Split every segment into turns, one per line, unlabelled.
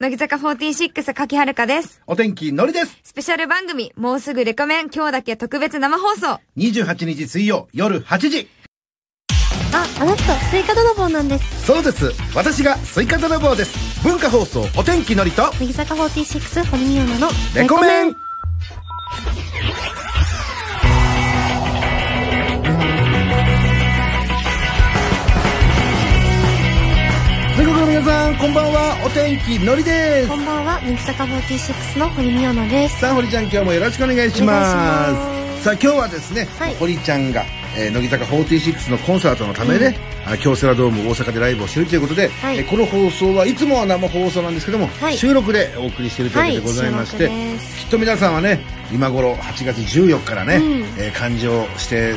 乃木坂46柿遥香です。
お天気のりです。
スペシャル番組、もうすぐレコメン、今日だけ特別生放送。
28日水曜夜8時。
あ、あなた、スイカ泥棒なんです。
そうです。私がスイカ泥棒です。文化放送お天気のりと
乃木坂46、堀美央奈の
レコメン。全国の皆さん、こんばんは。お天気のりです
こ。んばんは、乃木坂46の堀美央奈です。
さあ、堀ちゃん、今日もよろしくお願いします。
お願いします
さあ、今日はですね、
はい
堀ちゃんが、えー乃木坂46のコンサートのためね、あの京セラドーム大阪でライブをしているということで、
はい
えーこの放送はいつもは生放送なんですけども、
はい
収録でお送りしているということでございまして、
はい収録です
きっと皆さんはね、今頃8月14日からね、
ん
えー感情して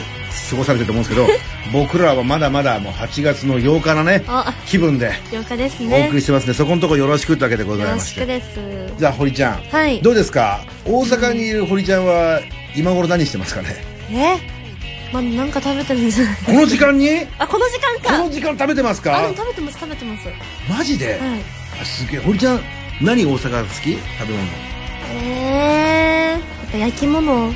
過ごされてると思うんですけ ど、僕らはまだまだもう8月の8日のね
あ、
気分で
8日です
お
ね。
送りしてますね、そこのところよろしくってわけでござ
よ
い
ろ
ま
し
して
く。です。
じゃあ堀ちゃん、
はい
どうですか大阪にいる堀ちゃんは今頃何してますかね
えまあ、なんか食べてるんじゃない
この時間に
あ、この時
こ
間
の
か
時間食べてます
あ、で
か
も食べてます、食べてます。は
マジで、
い。
あすげえ堀ちゃん何大阪好き食べ物
えー、やっぱ焼き物。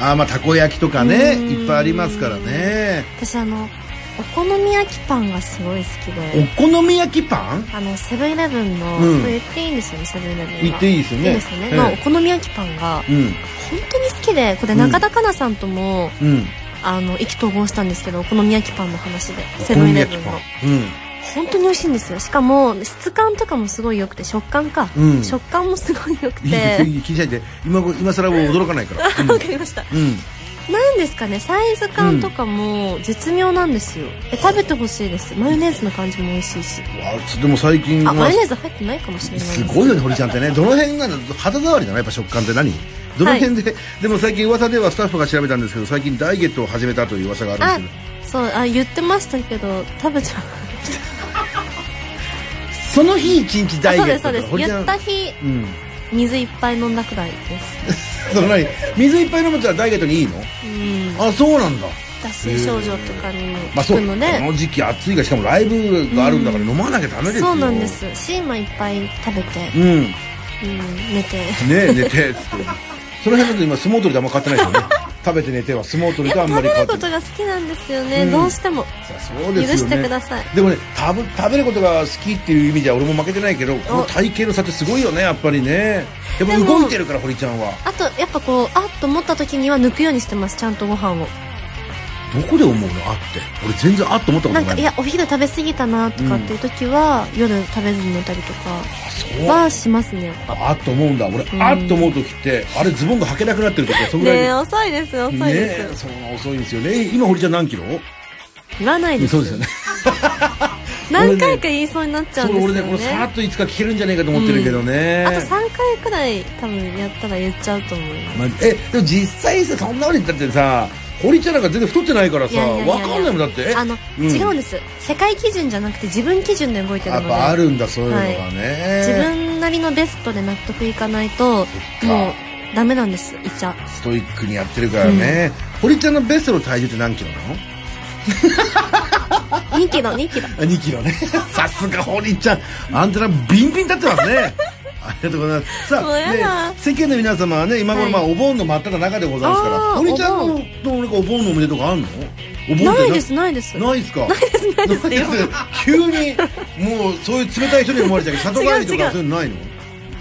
ああまあたこ焼きとかね
うん
いっぱいありますからね
私、あの、お好み焼きパンがすごい好き
お
で。
好み焼きパン
あの、セブンイレブンの、
うん
これ言っていいんですよね、セブンイレブンは。
言っていいですよね
いいですよね。
ええ
まあ、お好み焼きパンが、
うん
本当に好きでこれ中田香奈さんとも、
うん
あの意気投合したんですけどお好み焼きパンの話で
お
セ
好
ブンイ
み
レ
焼
ブ
き
ン
パ
の
ンうん
本当に美味しいんですよしかも質感とかもすごい良くて食感か、
うん
食感もすごい良く
いい
て
いい気にしないで今ご今更もう驚かないから、うん
わかりました
うん
なんですかねサイズ感とかも絶妙なんですよ、え食べてほしいですマヨネーズの感じも美味しいし
わあでも最近
あ
は
マヨネーズ入ってないかもしれないです
すごいよね堀ちゃんってねどの辺が肌触りだなやっぱ食感って何どの辺で、でも最近噂ではスタッフが調べたんですけど最近ダイエットを始めたという噂があ
あ
るんですけ
そうあ言ってましたけど食べちゃう
どその日一日ダ
あ
イエ
そうで
ッ
すそ
ト
う
と
です
か堀ちゃ
言
ん
った日
うん
水いっぱい飲んだくらいです
その何水いっぱい飲むってのはダイエットにいいの
うん
あそうなんだ
脱水症状とかにも
まあ
効
そう
く
こ
ので、
の時期暑いがしかもライブがあるんだから飲まなきゃダメですよ
そうなんですシーマいっぱい食べて、
うんね
うん、寝 て
え寝てっつってその辺だと今相撲取りとあんま変わってない ですよね食べて寝ては相撲取りと
や
あ
っ
ん
ぱ食
まり
べる
変わって
こ
な
と
い
が好きなんですよね、
うん
どうしても
そう
許
ですよね
してください
でもね食べ食べることが好きっていう意味では俺も負けてないけどこの体型の差ってすごいよねやっぱりねやっぱ
でも
動いてるから堀ちゃんは
あとやっぱこうあっと思った時には抜くようにしてますちゃんとご飯を
どこで思うのあって俺全然あっと思ったこ
な
と
ん
な
か
い
いやお昼食べ過ぎたなとかっていう時は、夜食べずに寝たりと
あ
か
そう
はしますねやっぱ
あっと思うんだ俺
ん
あっと思う時ってあれズボンが履けなくなってる時はそんぐ
ね
らい
え遅いですよ遅いですよ、
ねそう遅いんですよね今堀ちゃん何キロ
言わないです
そ
よ
うですよね
何回か言いそうになっちゃ
そう
うんです
俺
よ
ね
ね
このさらっといつか聞けるんじゃないかと思ってるけどね
あと3回くらい多分やったら言っちゃうと思います
まあえでも実際さそんなこと言ったってさ堀ちゃんなんか全然太ってないから
い
さ
やいやいやいや
わかんないもんだってえ
あの、
うん
違うんです世界基準じゃなくて自分基準で動いてる
や
の
っ
で
ぱあるんだそういうのがね、
自分なりのベストで納得いかないと
そっか
もうダメなんですいっちゃ
ストイックにやってるからね、堀ちゃんのベストの体重って何キロなの
2キロ2キロ
あ2キロねさすが堀ちゃんアンテナビンビン立ってま すねありがとうございますさ
もうやだ
あ、ね、世間の皆様はね今頃
はい
まあお盆の真っ只中でございますから、
あー
堀ちゃんの
お
どうなんかお盆の思い出とかあるのお盆って
ないですないです
ないですかないですないです 急にもうそういう冷たい人に思われちゃうけど里帰りと
違う違
か
う
そういうのないの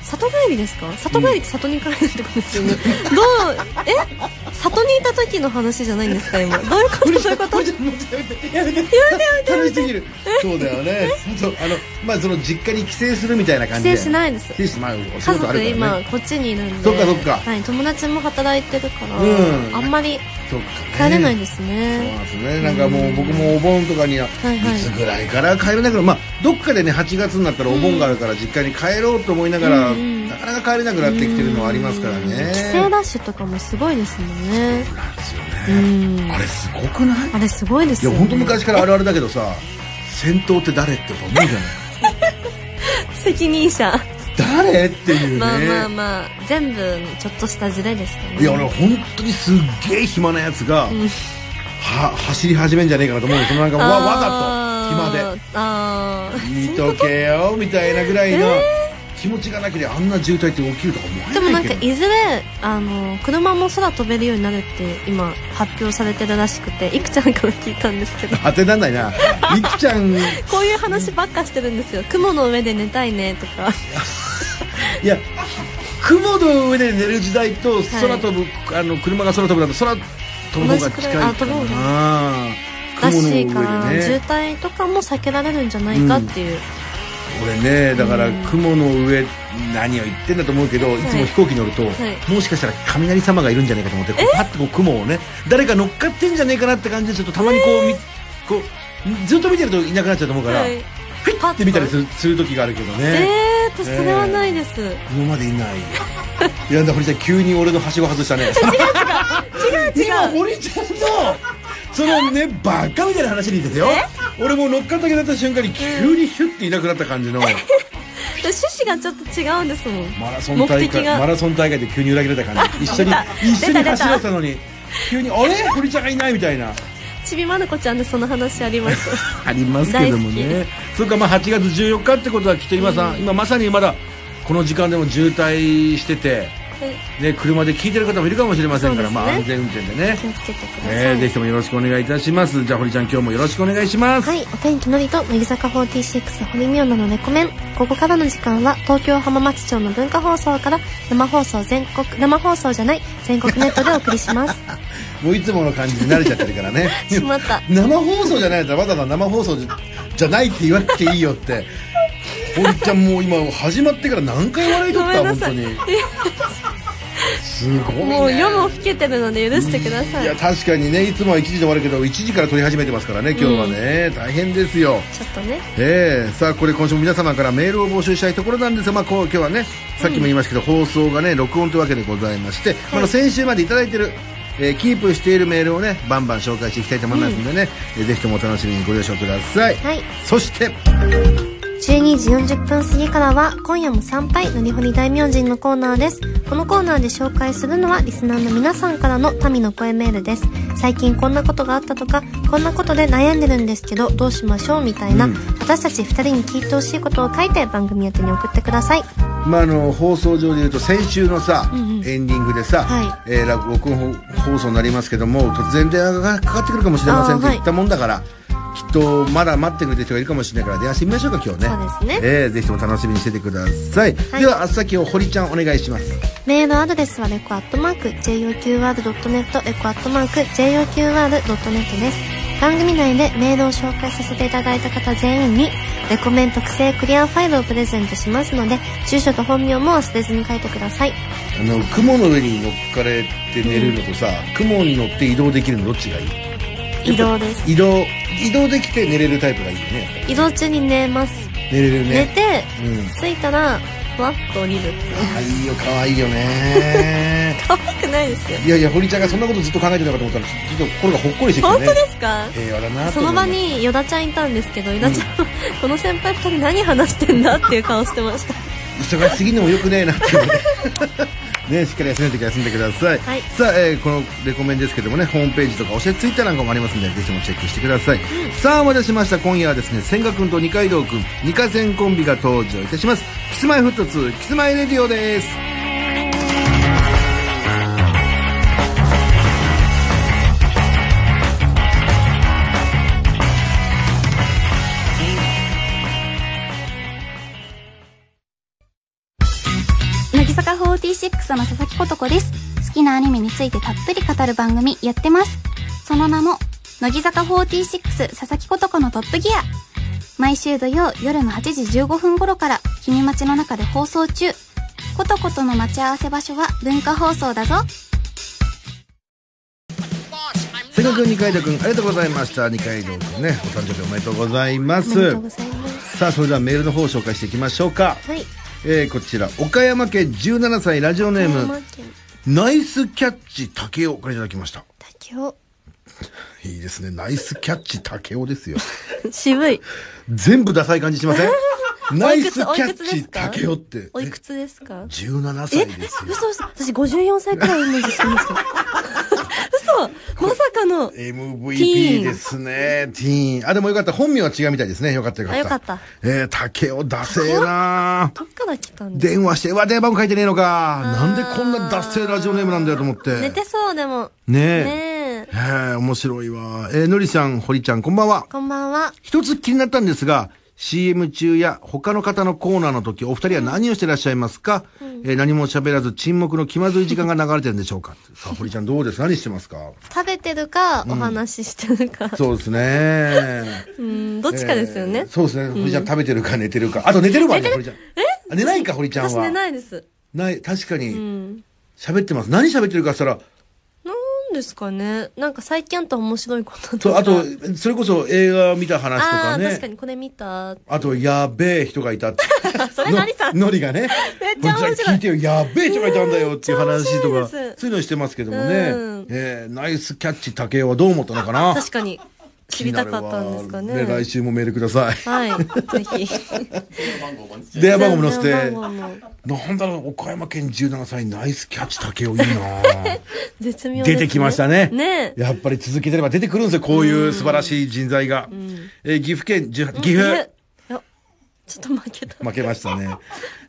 里帰りですか里帰りって里に帰るってことですよね、どうえ里にいた時の話じゃないんですか今どういうことどういうこと
もうちょっともうちょっとやめてやめて楽しすぎるそうだよねそうあのまあその実家に帰省するみたいな感じ
帰省しないです
帰省しまあお仕
家
事ある
族
から
今
ね
こっちにいるんで
そっかそっか
はい、友達も働いてるから、
うん
あんまり
そっか
帰れない
ね
です
そう
ね
なんですねなんかもう僕もお盆とかにはい
はい
つぐらいから帰れないからまあどっかでね8月になったらお盆があるから実家に帰ろうと思いながら
うんうん
なかなか帰れなくなってきてるのはありますからね
帰省ラッシュとかもすごいですもんね
なんですよ
う
ね
ん
あれすごくない
あれすごいです
いや
よ、ね、
本当昔からあるあるだけどさ戦闘って誰ってやっぱ思うじ ゃない
責任者
誰っていうね
まあまあまあ全部ちょっとしたズレですかね
いや俺本当にすっげえ暇なやつが、
ん
は走り始めんじゃねえかなと思うよそのなんかわわざと暇で
あーあー
見とけよみたいなぐらいの気持ちがなければあんな渋滞って起きるとか思わない
でもなんか
けど
いずれあの車も空飛べるようになるって今発表されてるらしくていくちゃんから聞いたんですけど
当てらんな いないくちゃんい
こういう話ばっかしてるんですよ雲の上で寝たいねとか
や雲の上で寝る時代と空飛ぶ、あの車が空飛ぶだと空飛ぶ方が近
同じくら
いかな
いあ飛ぶ方ら
雲の
し
上
いから、
で
渋
ね
滞とかも避けられるんじゃないかっていう、
俺ねだから雲の上何を言ってんだと思うけどいつも飛行機乗ると、
い
もしかしたら雷様がいるんじゃないかと思ってこうパッとこう雲をね誰か乗っかってんじゃねえかなって感じでちょっとたまにこう,、みこうずっと見てるといなくなっちゃうと思うから、
はい
ふいって見たりするする時があるけどね、
えーっとそれはないです、
今までいないいやだ堀ちゃん急に俺のはしご外したね
違
今
う
堀ちゃんのそのねバカみたいな話にですよ俺も乗っかったけだった瞬間に急にヒュッていなくなっ た感じの
趣旨がちょっと違うんですもん
マラソン大
目的
会
が
マラソン大会で急に裏切られた感じ一緒に一緒
出た
に
出た
走らせたのに急に「あれ堀ちゃんがいない」みたいな
ちびまる子ちゃんでその話あります
ありますけども
大
ねそうかまあ8月14日ってことはきっと今さん、今まさにまだこの時間でも渋滞してて、
はい
ね、車で聞いてる方もいるかもしれませんから、
そうですね
まあ安全運転でね
気をつけてくださ
ね
い、
ぜひともよろしくお願いいたしますじゃあ堀ちゃん今日もよろしくお願いします、
はい、お天気のりと乃木坂46堀美央奈のレコメン。ここからの時間は東京浜松町の文化放送から生放送全国、生放送じゃない全国ネットでお送りし ます。
もういつもの感じに慣れちゃってるからね
しまった
生放送じゃないとわざわざ生放送じゃじゃないって言わなくていい よって堀ちゃんもう今始まってから何回笑いとった本当にすごいね
もう夜も更けてるので許してください。
いや確かにねいつもは1時で終わるけど1時から撮り始めてますからね今日はね、大変ですよ
ちょっとね。
ええさあこれ今週も皆様からメールを募集したいところなんですが、まあ、こう今日はねさっきも言いましたけど、放送がね録音というわけでございまして、あの先週までいただいてる、えーキープしているメールをねバンバン紹介していきたいと思いますんでね、えーぜひともお楽しみにご了承ください、
はい
そして
12時40分過ぎからは今夜も参拝のりほり大名人のコーナーですこのコーナーで紹介するのはリスナーの皆さんからの民の声メールです最近こんなことがあったとかこんなことで悩んでるんですけどどうしましょうみたいな、
うん
私たち2人に聞いてほしいことを書いて番組宛てに送ってください
まあ、あの放送上で言うと先週のさ、
んうん
エンディングでさ、
は
えー落録音放送になりますけども突然電話がかかってくるかもしれません
あー
と言ったもんだから、きっとまだ待ってくれてる人がいるかもしれないから電話してみましょうか今日ね
そうです
ね、えーぜひとも楽しみにしててください、
はい
ではあっさきを堀ちゃんお願いします
メールアドレスはレコアットマーク JOQR.net レコアットマーク JOQR.net です番組内でメールを紹介させていただいた方全員にレコメン特製クリアファイルをプレゼントしますので住所と本名も忘れずに書いてください
あの雲の上に乗っかれて寝るのとさ、雲に乗って移動できるのどっちがいい
移動です
移動移動できて寝れるタイプがいいよね
移動中に寝ます、
寝れる
寝
ね
て
うん
着いたらふわっと降りるっていう
可愛いよ可愛いよね
可愛くないですよ
いやいや堀ちゃんがそんなことずっと考えてたかと思ったらちょっと心がほっこりしてき
本
て
当
ね
ですか
平和だなと
そ
思
の
う
場にヨダちゃんいたんですけどヨダちゃんは、この先輩二人何話してんだっていう顔してました
忙しすぎるのもよくねえなっていうね ね、しっかり休めるときは休んでください、
はい
さあ、えーこのレコメンですけどもねホームページとかおしゃツイッターなんかもありますんでぜひともチェックしてください、さあお待たせしました今夜はですね千賀君と二階堂君二階線コンビが登場いたしますキスマイフット2キスマイレディオです
乃木坂46の佐々木琴子です。好きなアニメについてたっぷり語る番組やってます。その名も、乃木坂46佐々木琴子のトップギア。毎週土曜夜の8時15分頃から、君待ちの中で放送中。ことことの待ち合わせ場所は文化放送だぞ。
千賀君二階堂君ありがとうございました二階堂君ねお誕生日おめでとうございま
ありが
す
とうございます
さあそれではメールの方を紹介していきましょうか、
はい
えー、こちら岡山県17歳ラジオネー
富
ム
山県
ナイスキャッチ竹雄からいただきました
竹雄
いいですねナイスキャッチ竹雄ですよ
渋い
全部ダサい感じ しませんナイスキャ
おいくつ
ッチ竹雄って
おいくつですか
17
え
歳ですよ
嘘嘘私54歳くらいイメージしてました 嘘まさかの。ィー
MVP
ン
ですね。ティーン。あ、でもよかった。本名は違うみたいですね。よかったよかった。
あよかった。
えー、竹を出せえな
どっから来たんです
電話して、うわ、電話番号書いてねえのか。なんでこんな脱線ラジオネームなんだよと思って。
寝てそう、でも。
ねえ。
ねえ。
えー、面白いわ。えー、のりさん、堀ちゃん、こんばんは。
こんばんは。
一つ気になったんですが、CM 中や他の方のコーナーの時、お二人は何をしてらっしゃいますか、えー何も喋らず沈黙の気まずい時間が流れてるんでしょうかさあ、堀ちゃんどうです何してますか
食べてるか、お話ししてるか。
そうですね。
うん、どっちかですよ
え
ね
ー。そうですね。堀ちゃん食べてるか寝てるか。あと寝てるわね、堀ちゃん。え寝ないか、堀ちゃんは。
私寝ないです。
ない。確か
う
に、
ん。
喋ってます。何喋ってるかしたら、
なんですかね。なんか最近あった面白いことと
と
か。
あと、それこそ映画見た話と
あ
か
あー、確か
ね。
にこれ見た。
あと、やべえ人がいたって。
それなりさん。
ののりがね。
めっちゃ面白い
もうじゃあ聞いてよ。やべえ人がいたんだよっていう話と
め
か、
っちゃ面白いです
そういうのしてますけどもね
うん。
えーナイスキャッチ竹雄はどう思ったのかな
確かに。知りたかったんですか
気にな
ね。
るわ来週もメールください。
はい。ぜひ。
電話番号も載せ
電話
て。
番号も
なんだろう、岡山県17歳、ナイスキャッチ竹 雄いいな
絶妙ですね
出てきましたね。
ねえ。
やっぱり続けてれば出てくるんですよ、こういう素晴らしい人材が。えー岐阜県18、岐阜。
いやちょっと負けた。
負けましたね。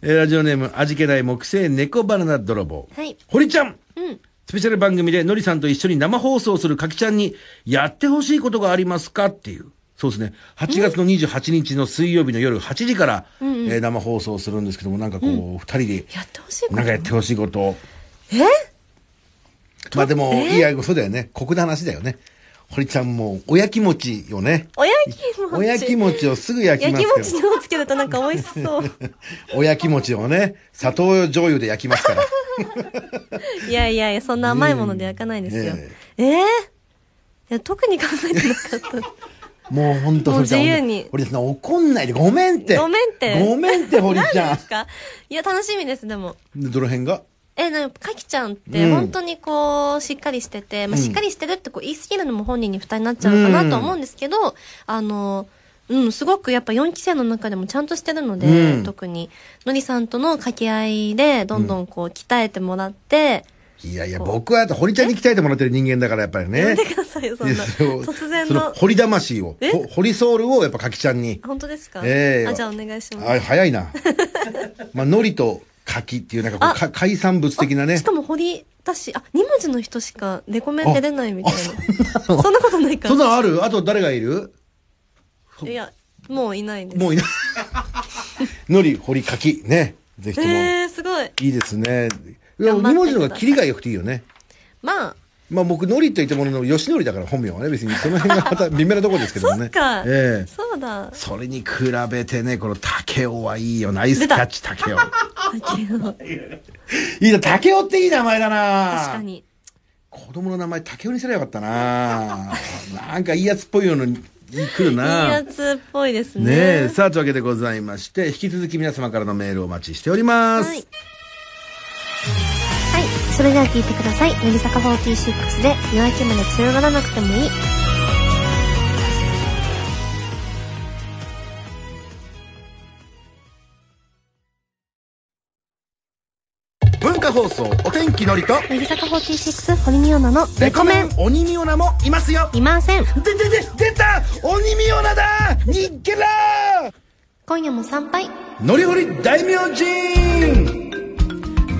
えーラジオネーム、味気ない木製猫バナナ泥棒。
はい
堀ちゃん。
うん
スペシャル番組でのりさんと一緒に生放送するかきちゃんに、やってほしいことがありますかっていう。そうですね。8月の28日の水曜日の夜8時から、えー生放送するんですけども、なんかこう、二人で、
やってほしいこと
なんかやってほしいことを。
え
まあでも、
え
いや、そうだよね。酷な話だよね。堀ちゃんも、おやきもちよね。
おやきもち。
おやきもちをすぐ焼き
や
ます
き
け
も
ど。
ちにをつけるとなんか美味し そう。
おやきもちをね、砂糖醤油で焼きますから。
いやいやいや、そんな甘いもので焼かないですよ
ね。
ええいや、特に考えてなか っ
もうほんと、
もう
堀ちゃん。
自由に
堀ちゃん、怒んないで。ごめんって。
ごめんって
ご めんって、堀ち
た。
ゃ
で
ん
す。かいや、楽しみです、でも。
でどの辺が
え、でも、かきちゃんって、
うん
本当にこう、しっかりしてて、まあ、しっかりしてるってこう、言い過ぎるのも本人に負担になっちゃうかなとは思うんですけど、あの、うん、すごくやっぱ4期生の中でもちゃんとしてるので、
うん
特に、のりさんとの掛け合いで、どんどんこう、鍛えてもらって、
いやいや、僕は、堀ちゃんに鍛えてもらってる人間だから、やっぱりね。
見てくださいよ、そん
い
な。
やそう
突然
その
の。
堀魂を
え、
ほ堀ソウルをやっぱかきちゃんに。
本当ですか
ええ
あ、じゃあお願いします。
あ、早 いな。まあ、海苔と柿っていう、なんかこ
あ
うか、海産物的なね
し。かも堀田市、あ、2文字の人しかレコメン出れないみたいな。 そんなことないか
そんなのあるあと誰がいる
いや、もういないです。
も ういない。海苔、堀、柿。ね。ぜひとも。
えー、すごい。
いいですね。いや、
頑張ってください
二文字の方がキリが良くていいよね。
まあ、
まあ僕、ノリと言ってものの、吉典だから本名はね、別にその辺がまた微妙なところですけども
そ
ね。
っか。
ええ
そうだ。
それに比べてね、この竹雄はいいよ。ナイスキ
出た
ャ ッチ竹雄。
だけど
いいな、竹雄っていい名前だな
確か。に。
子供の名前竹雄にすればよかったななんかいいやつっぽいような、来る
いい
な
やつっぽいですね。
ねえ、さあ、というわけでございまして、引き続き皆様からのメールをお待ちしております。
はい
はい、それでは聞いてください。乃木坂46で夜明けまで強がらなくてもいい。
文化放送、お天気のりと、
乃木坂46堀美央奈の
レ
レ
コ
コ
メ
メ
ン
ン、
鬼ミオナもいますよ
いません。
で、で、で、出た鬼ミオナだニッケラ
今夜も参拝。
ーノリホリ大名人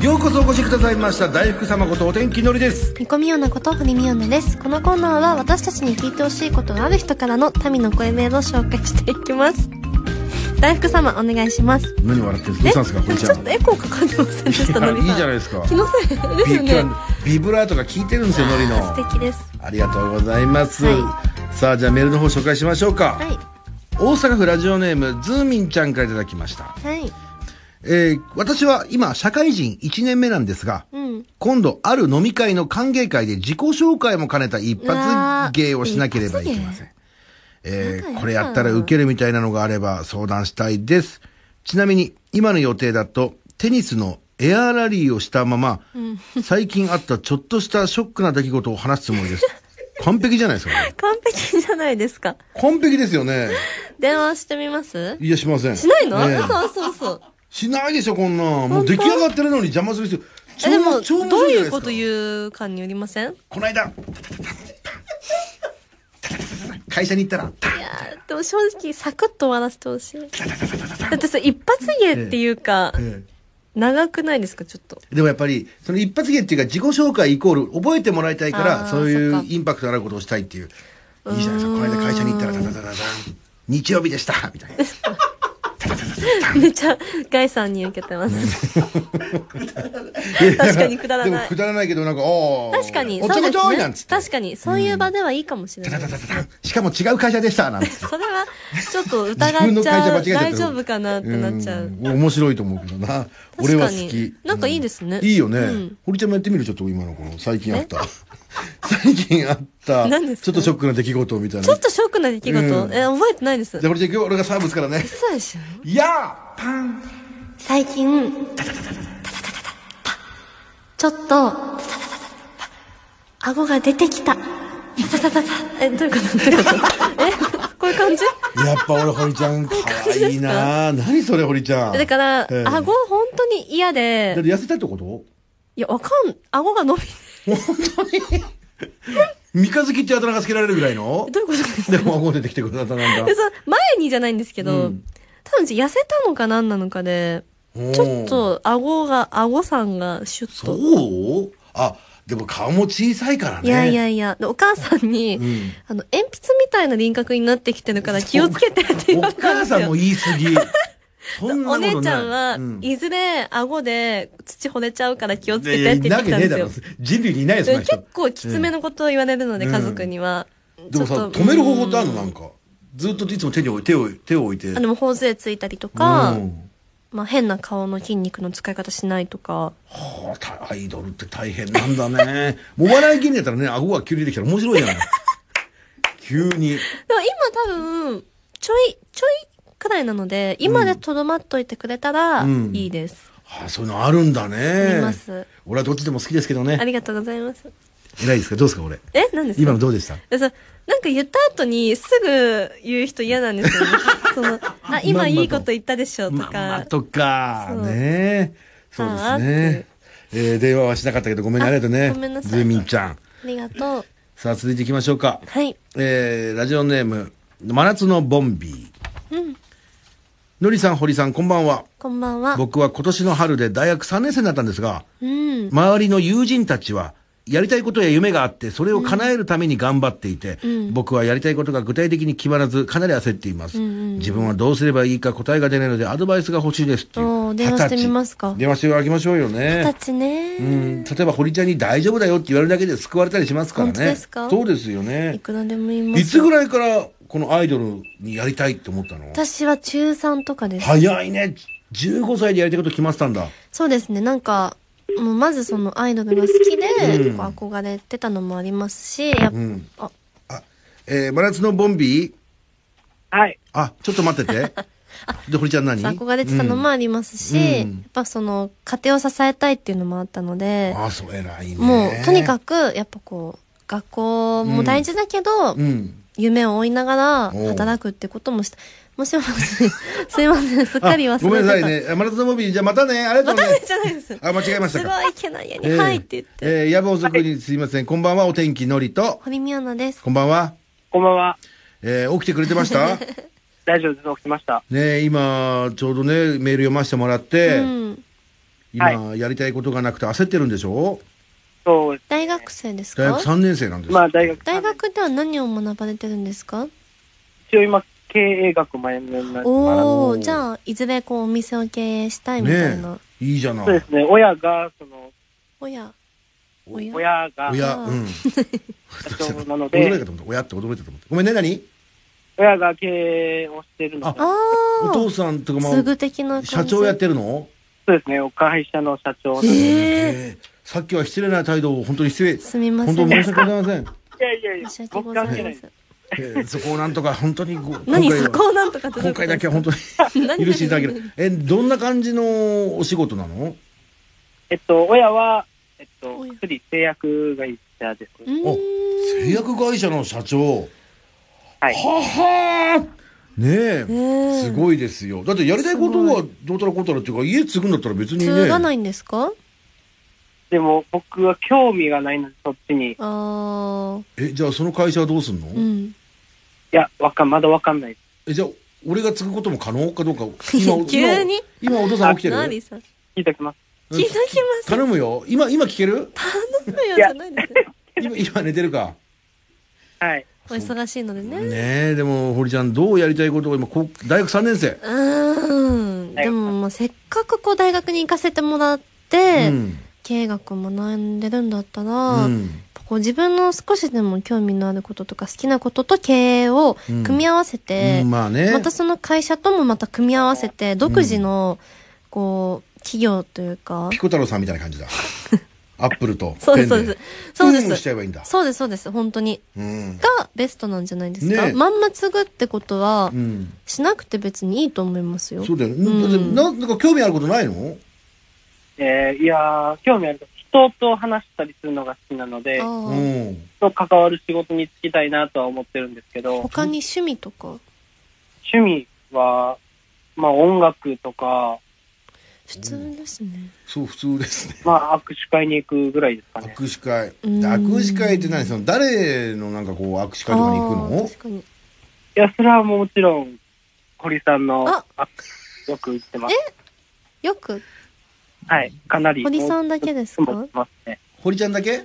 ようこそお越しくださいました大福様ことお天気のりです
ニコミオナこと堀美央奈です。このコーナーは私たちに聞いてほしいことがある人からの民の声メールを紹介していきます。大福様、お願いします。
何笑ってるどうしたんですかこれち
ち
ゃ
ょっと
ん
エコーかかってませんでした、のりさ
い
ん。
やいいじゃないですか
気のせいです
ビ
よね。
ビブラートが効いてるんですよのりの
素敵です。
ありがとうございます、さあじゃあメールの方紹介しましょうか、
はい。
大阪府ラジオネームズーミンちゃんからいただきました
はい。
えー私は今、社会人1年目なんですが、
ん
今度、ある飲み会の歓迎会で自己紹介も兼ねた一発芸をしなければいけません。えーこれやったら受けるみたいなのがあれば相談したいです。ちなみに、今の予定だと、テニスのエアラリーをしたまま、最近あったちょっとしたショックな出来事を話すつもり です。完璧じゃないですか、ね、
完璧じゃないですか。
完璧ですよね。
電話してみます
いや、しません。
しないの、
ええ
そうそうそう。
しないでしょ、こんなん。もう出来上がってるのに邪魔する必
えでも、
超超面
どう
白じゃ
い
な
うこと
ですか
言うかによりませんい
この間会社に行ったら
やーでも正直、サクッと終わらせてほしい。だってさ、一発芸っていうか、
え
長くないですか、ちょっと。
えでもやっぱりその一発芸っていうか自己紹介イコール覚えてもらいたいから
あー
そうい
そっ
う
か
インパクトのあることをしたいっていういいじゃないですかこの間会社に行ったらダダダダダン日曜日で したみたいな
めっちゃ、ガイさんに受けてます。 確かにくだらない
でもくだらないけどなんかおー
確かに、
おっちょこちょい
ね
なんつって
確かに、そういう場ではいいかもしれない。
しかも違う会社でしたなんて
それは、ちょっと
自分
疑
の
っち
会社
ゃ
間違
う。
えちゃった
大丈夫かなってなっちゃう。
ん面白いと思うけどな
に
俺は好き
なんかいいですね
うんいいよね、
うん
堀ちゃんもやってみるちょっと今のこの最近あ った最近あった
何ですか
ちょっとショックな出来事みたいな
ちょっとショックな出来事、
うん
え、覚えてないです。
じゃあ堀ちゃん今日俺がサーブ打つからね
そうでしょ
いやーパン
最近、ちょっと、顎が出てきた。
え、どういうことどういうこと え、こういう感じ
やっぱ俺堀ちゃん可愛いな 何それ堀ちゃん
だから、
ええ
顎本当に嫌
だって
で、
痩せたってこと
いや、わかん、顎が伸び、
三日月ってあだ名がつけられるぐらいの
どういうこと です
でも顎出てきてくれたなんだ
で、その前にじゃないんですけど、
うん
多分痩せたのか何なのかで、ちょっと顎が、顎さんがシュッと。
そうあ、でも顔も小さいからね。
いやいやいや、でお母さんに、
ん
あの、鉛筆みたいな輪郭になってきてるから気をつけてって言
お
われたん
母
です
さ
よ。
んも言い過ぎ。そんな
お
ことない。
姉ちゃんは、
うん
いずれ顎で土惚れちゃうから気をつけ
い
て
や
っ
い
て
や
言っ
い
てきた
なんわ
で
けねえだ
す
ろ
よ。。
人類にいないよ、そんな人
結。構きつめのことを言われるので、
うん
家族には。
でもさ、
ちょっと
止める方法ってあるのなんか。ずっといつも手に置い手を、手を置いて。
あでも、頬杖ついたりとか、
うん
まあ変な顔の筋肉の使い方しないとか。
はあたアイドルって大変なんだね。 もうお笑い芸人やったらね、顎が急に出てきたら面白いじゃない。 急に。
でも今多分、ちょい、ちょいくらいなので、今でとどまっといてくれたら
うん
いいです。
あそういうのあるんだね。
あります
俺はどっちでも好きですけど
あ
ね。
りがとうございます。
偉いですかどうですか俺。
え何ですか
今のどうでした
でさなんか言った後にすぐ言う人嫌なん ですよね。その、あ、今いいこと言ったでしょと
まあまあ
か。
とか
そう
ねそうで
あー
す
って
ね、えー電話はしなかったけどごめんねありがとうね
ごめんなさい
ズーミンちゃん
ありがとう。
さあ続いていきましょうか
はい。
えーラジオネーム真夏のボンビー、のりさん堀さんこんばんは
こんばんは。
僕は今年の春で大学3年生になったんですが
うん。
周りの友人たちは、やりたいことや夢があって、それを叶えるために頑張っていて、僕はやりたいことが具体的に決まらず、かなり焦っています。自分はどうすればいいか答えが出ないので、アドバイスが欲しいですっていう。
おー電話
20歳
してみますか
電話してあげましょうよ
た
ね。
ち
う
ね。
ん、例えば、堀ちゃんに大丈夫だよって言われるだけで救われたりしますからね。
本当ですか
そうですよ
い
ね。
くらでも言います。
いつぐらいから、このアイドルにやりたいって思ったの
私は中3とかです。
早いね。15歳でやりたいこと決まってたんだ。
そうですね。なんか、もうまずそのアイドルが好きで、
うん
こう憧れてたのもありますし、やっぱ
うん。
あ
あ、えー、真夏のボンビー
はい。
あ、ちょっと待って て。で、堀ちゃん何
憧れてたのもありますし、
うんうん
やっぱその家庭を支えたいっていうのもあったの
う
で
ん、あ、そう偉いね。
もうとにか
く。
くやっぱこう学校も大事だけど、
うん。
夢を追いながら
おう
働くってこともした もしもしすいませんすっかり忘れ
あ
てた
ごめんなさいね。あ真夏のボンビー、じゃあまたね。ありが
また
とうね
ね。 じゃないです
あ、間違えました
す
か。
ごいいけない家に、
えー
はいって言って、
えー、野望族にすいません。こんばんは、お天気のりと。
堀美アナです
こんばんは。
こんばんは。
えー、起きてくれてました ね
大丈夫です。起きました。
え今、ちょうどね、メール読ませてもらって、
うん
今、
は
やりたいことがなくて焦ってるんでしょ
そうです。
大学生です
大
か
学3年生なんです。
まあ、大学。
大学では何を学ばれてるんですか
一応今、経営学学んでます。
お
お
おじゃあいずれこうお店を経営したいみたいな、
ねえ、いいじゃな
そうで
い。
すね。親が、その、
おやおや
親が、
親、うん。
社長な
驚
の
いた
で、
と思った。親って驚いたと思った。ごめんね、何
親が経営をしてるので、
あ
お
あ
父さんとかも
すぐ的な感じ
社長やってるの
そうですね。お会社の社長なんで。い
ええ
ええさっきは失礼な態度を本当に失礼。
すみません
本当申し訳ございません。
やいやいや
申し、訳
僕
ござい
関
ま
係ないです。
せん
えーそこをなんとか本当にご
何
今
そ
回は
こをなんとかってどういうこと
今回だけは本当 に
何
許していただける。え、どんな感じのお仕事なの
えっと、親は、えっと
親、
薬、製薬会社です。
うーん
お製薬会社の社長。
はい。
ははーねえ。
ええ
すごいですよ。だってやりたいことはどうたらこうたらっていうか、家継ぐんだったら別にね。
継がないんですか
でも僕は興味がないので、そっちに。い
あ
え、じゃあその会社はどうすんの、
ー。うん。
や、わかん、まだわかんないです。
え、じゃあ、俺が継ぐことも可能かど うか。今
急に
今、今お父さん起きてる
何さ、
聞いておきます。
聞いときます。
頼むよ。今、今聞ける
頼むよじゃないですよ。
今、今寝てるか。
はい。
お忙しいのでね。
ねえ、でも、堀ちゃん、どうやりたいことを今、こう大学3年生。
うーん。でも、まあ、せっかくこう大学に行かせてもらって、
うん。
経営学を学んでるんだった
う
ら、
ん。
こう自分の少しでも興味のあることとか好きなことと経営を組み合わせて、
うんまあね。
またその会社ともまた組み合わせて、独自の、こう、企業というか
ピ、コ太郎さんみたいな感 じだ。アップルと。
そうです、そうです。そうで
ペンし
す
ち。ゃえばいいんだ。
そうです、そうです、本当に。
うん。
がベストなんじゃないですか。
ね
まんま継ぐってことは
う、ん。
しなくて別にいいと思いますよ。
そうだよね。
うん
だってななんか興味あることないの
えー、いやー、興味あると。人と話したりするのが好きなので
あ、
う
ー
ん。
人と関わる仕事に就きたいなとは思ってるんですけど、
他に趣味とか。
趣味は、まあ音楽とか、
普通ですね。
そう、普通ですね。
まあ握手会に行くぐらいですかね。
握手会。
うん
握手会って何その誰のなんかこう握手会とかに行く
あ
の
ー確かに。
いや、それはもうもちろん、堀さんの
あ、
あよく言ってます。
よく、
はい、かなり。
堀さんだけですか
もうずっとますね。
堀ちゃんだけ
い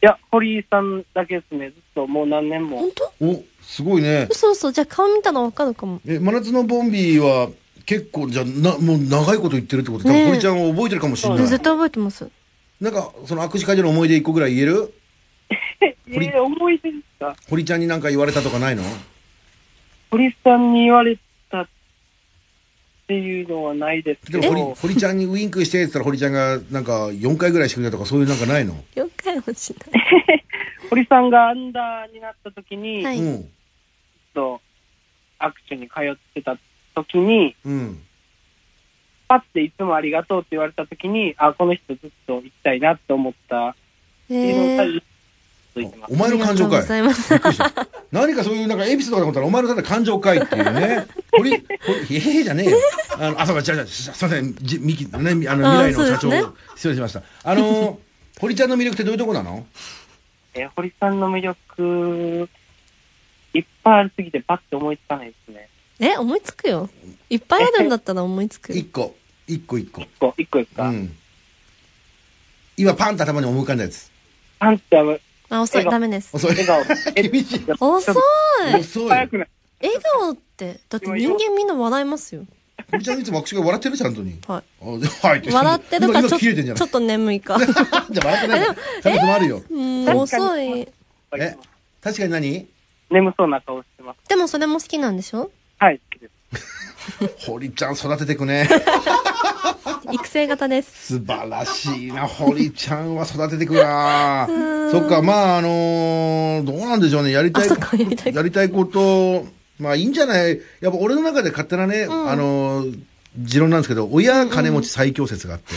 や、堀さんだけですね。ずっともう何年も
本。当
お、すごいね。
嘘嘘。じゃあ顔見たらわかるかも。
え、真夏のボンビーは結構、じゃあな、もう長いこと言ってるってこと多
ね
分
え
堀ちゃんを覚えてるかもしれない。
絶対覚えてます。
なんか、その握手会での思い出一個ぐらい言える
え、
堀
え思い出ですか
堀ちゃんになんか言われたとかないの
堀さんに言われたっていうのはないですけ
でも堀
ど、
堀ちゃんにウインクしてって言ったら堀ちゃんがなんか4回ぐらいしてくれたとかそういうなんかないの、
4回もしない。
堀さんがアンダーになった時に、
は
ち
い
うん。
ょっと握手に通ってた時に、
うん。
パッていつもありがとうって言われた時に、あ、この人ずっと行きたいなって思った。っていう
え
のが
ー。
続いてます
お前の感情
ありがとう
か
ご
い。
ざいます。
びっくり した何かそういうなんかエピソードとかと思ったらお前のただ感情かいっていうね。堀、堀、へへへじゃ ねえよ。あの、あ、そうか、じゃじゃ、すいません、じ、ミキ、ね、みあの、
あー
未来の社
そ
長、
うです
失礼しました。あ の、堀ちゃんの魅力ってどういうとこなの
えー堀さんの魅力、いっぱいありすぎてパッて思いつかないですね。
え、思いつくよ。いっぱいあるんだったら思いつく。
一個、一個一個。
一個、一個です
う
か、
ん。今パンと頭に思い浮かんだやつ。
パンってあの
あ、遅い。
笑顔
ダメです。
遅い。。
笑顔
厳しい。
遅い
遅い。
早くない。
笑顔って、だって人間みんな笑いますよ。
堀ちゃんいつも握手会笑ってるちゃんとに。
はい
あではいて。
笑ってる
今
か
今
ちょ
切れてんじゃ
ち
な
ょ
い
っと眠い か。
じゃあ笑ってないの。ちゃんと困るよ。
うん、
確かに
遅い。
え、確かに何
眠そうな顔してます。
でもそれも好きなんでしょ
はい、好きです。
堀ちゃん育ててくね。
育成型です。
素晴らしいな。堀ちゃんは育ててくな。そっか、まあ、あのーどうなんでしょうね。やりた
あ、
い
そっ、か、やりたい
やりたいこと、まあいいんじゃないやっぱ俺の中で勝手なね、あのー持論なんですけど、親金持ち最強説があって。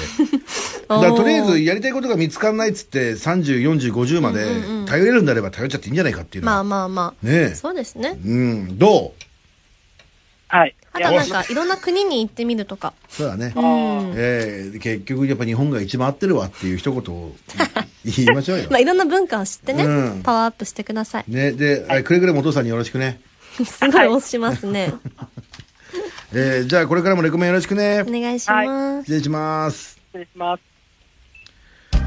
だからとりあえずやりたいことが見つかんないっつって、30、40、50まで頼れるんであれば頼っちゃっていいんじゃないかっていうの
ま
は
あまあまあ。
ねえ
そうですね。
うん、どう
はい。
あ
い
と
や
なんか、いろんな国に行ってみるとか。
そうだね。
うん。
えー結局やっぱ日本が一番合ってるわっていう一言を言いま しょうよ
まあ、。いろんな文化を知ってね、
うん
パワーアップしてください。
ね、で、あれくれぐれもお父さんによろしくね。
すごい押しますね。
えーじゃあこれからもレコメンよろしくね
お。願いします。
失礼します。
失礼します。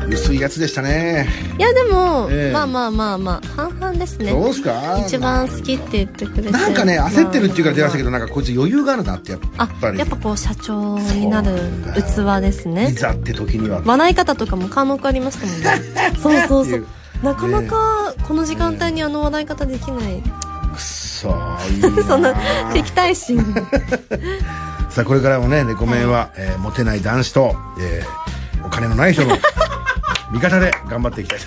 薄いやつでしたね。
いやでも、
ええ
まあまあまあまあ半々ですね
どうすか
一番好きって言ってくれて
なんかね、焦ってるっていうから出ましたけ
ど
ど、なんかこいつ余裕があるなってやっ
あ
ぱり。
やっぱこう社長になる器です
い
ね
ざって時には。
笑い方とかも貫禄ありましたもん ねそうそうそうなかなかこの時間帯にあの笑い方できない、
くそー、い い
その
な
敵対 心
さあ、これからもね、レコメンは、えーモテない男子と、えーお金のない 人の味方で頑張っていきたい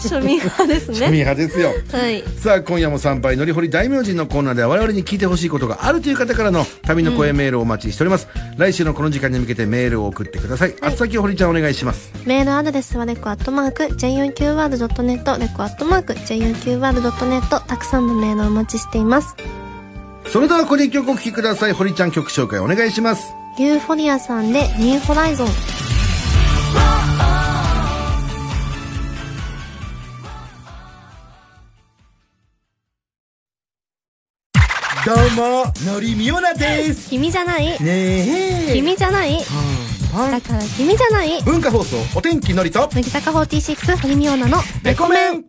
と。
庶民派です
庶民
ね
派ですよ。
はい
さあ今夜も参拝のりほり大名人のコーナーでは我々に聞いてほしいことがあるという方からの旅の声メールをお待ちしております、来週のこの時間に向けてメールを送ってください、あっさきほりちゃんお願いします
メールアドレスはレコアットマーク JUQR.net レコアットマーク JUQR.net たくさんのメールをお待ちしています
それではここで一曲お聴きくださいほりちゃん曲紹介お願いします
ユーフォリアさんでニューホライゾン
「
どうものりみおなです
君じゃない
ねえ
君じゃない
はんは
だ
ん
から君じゃない
文化放送お天気のりと
乃木坂46堀美央奈の
レコメン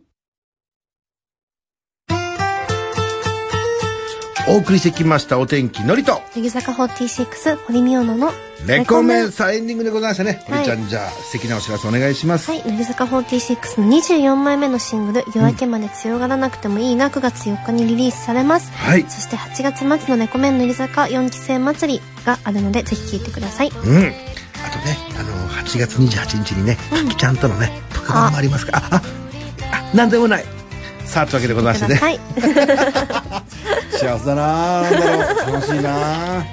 お送りしてきましたお天気のりと
乃木坂46堀美央奈の
レコメンさあエンディングでございましたね、
はい
堀ちゃんじゃあ素敵なお知らせお願いします、
はい、乃木坂46の24枚目のシングル「夜明けまで強がらなくてもいいな」9月4日にリリースされます、
はい
そして8月末のレコメン乃木坂4期生祭りがあるのでぜひ聴いてください
うん。あとね、あの、8月28日にね、かきちゃんとのね、特番もありますから、あ、あ、あ、なんでもない。さあ、というわけでございま
く
して
だ
ね、
さい
幸せだなぁなんだろう楽しいなぁ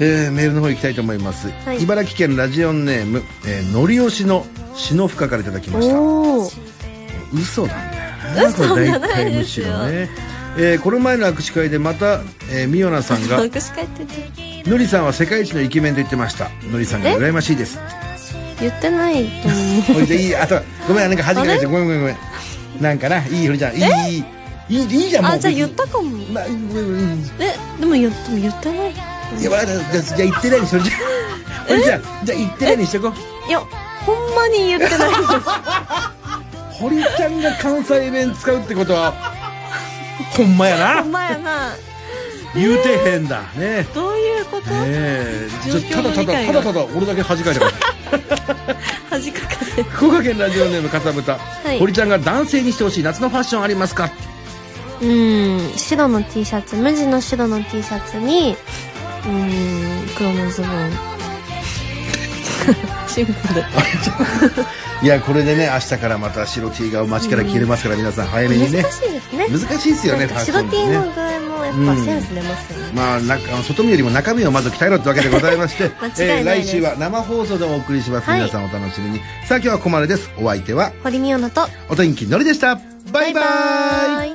えーメールの方行きたいと思います、
い
茨城県ラジオネーム、えー、のりおしのしのふかからいただきました
おお
嘘なんだよなこれ大体むしろね、えーこの前の握手会でまた、えー、みおなさん が
握手会って
のりさんは世界一のイケメンと言ってましたのりさんが羨ましいです
言ってないと思う
これでいいあとごめんなんか恥かかれちゃうごめんごめんごめんなんかないいよりちゃんいいいいいいいいじゃんもう
あじゃあ言ったかも
まあうんうんうん
えでも言っても言ってない
いやわかったじゃあじゃあ言ってないに それじゃあそれじゃあじゃあ言ってないにしとこう
いやほんまに言ってないです
堀ちゃんが関西弁使うってことはほんまや
ほん
な
まやな
言うてへんだね
どういうこと
ねえ
状
ちょ
況の
ただた
理
だ
解が
ただただ俺だけ恥かい たから
恥かかせ
福岡県ラジオネームかさぶた
い
堀ちゃんが男性にしてほしい夏のファッションありますか
うん白の T シャツ無地の白の T シャツにうん黒のズボン シンプル
いやこれでね明日からまた白 T が街から消えれますから皆さん早めにね
難しいですね
難しいですよ
な
ね
ん
フ
か
ァッション
白 T
って
の
ね
具合もやっぱセンス出ますよね、
まあ、なんか外見よりも中身をまず鍛えろってわけでございまして
間違いない
来
です
週は生放送でお送りします、
はい
皆さんお楽しみにさあ今日はここまでですお相手は
堀美央奈と
お天気のりでしたバイバイ
バイバーイ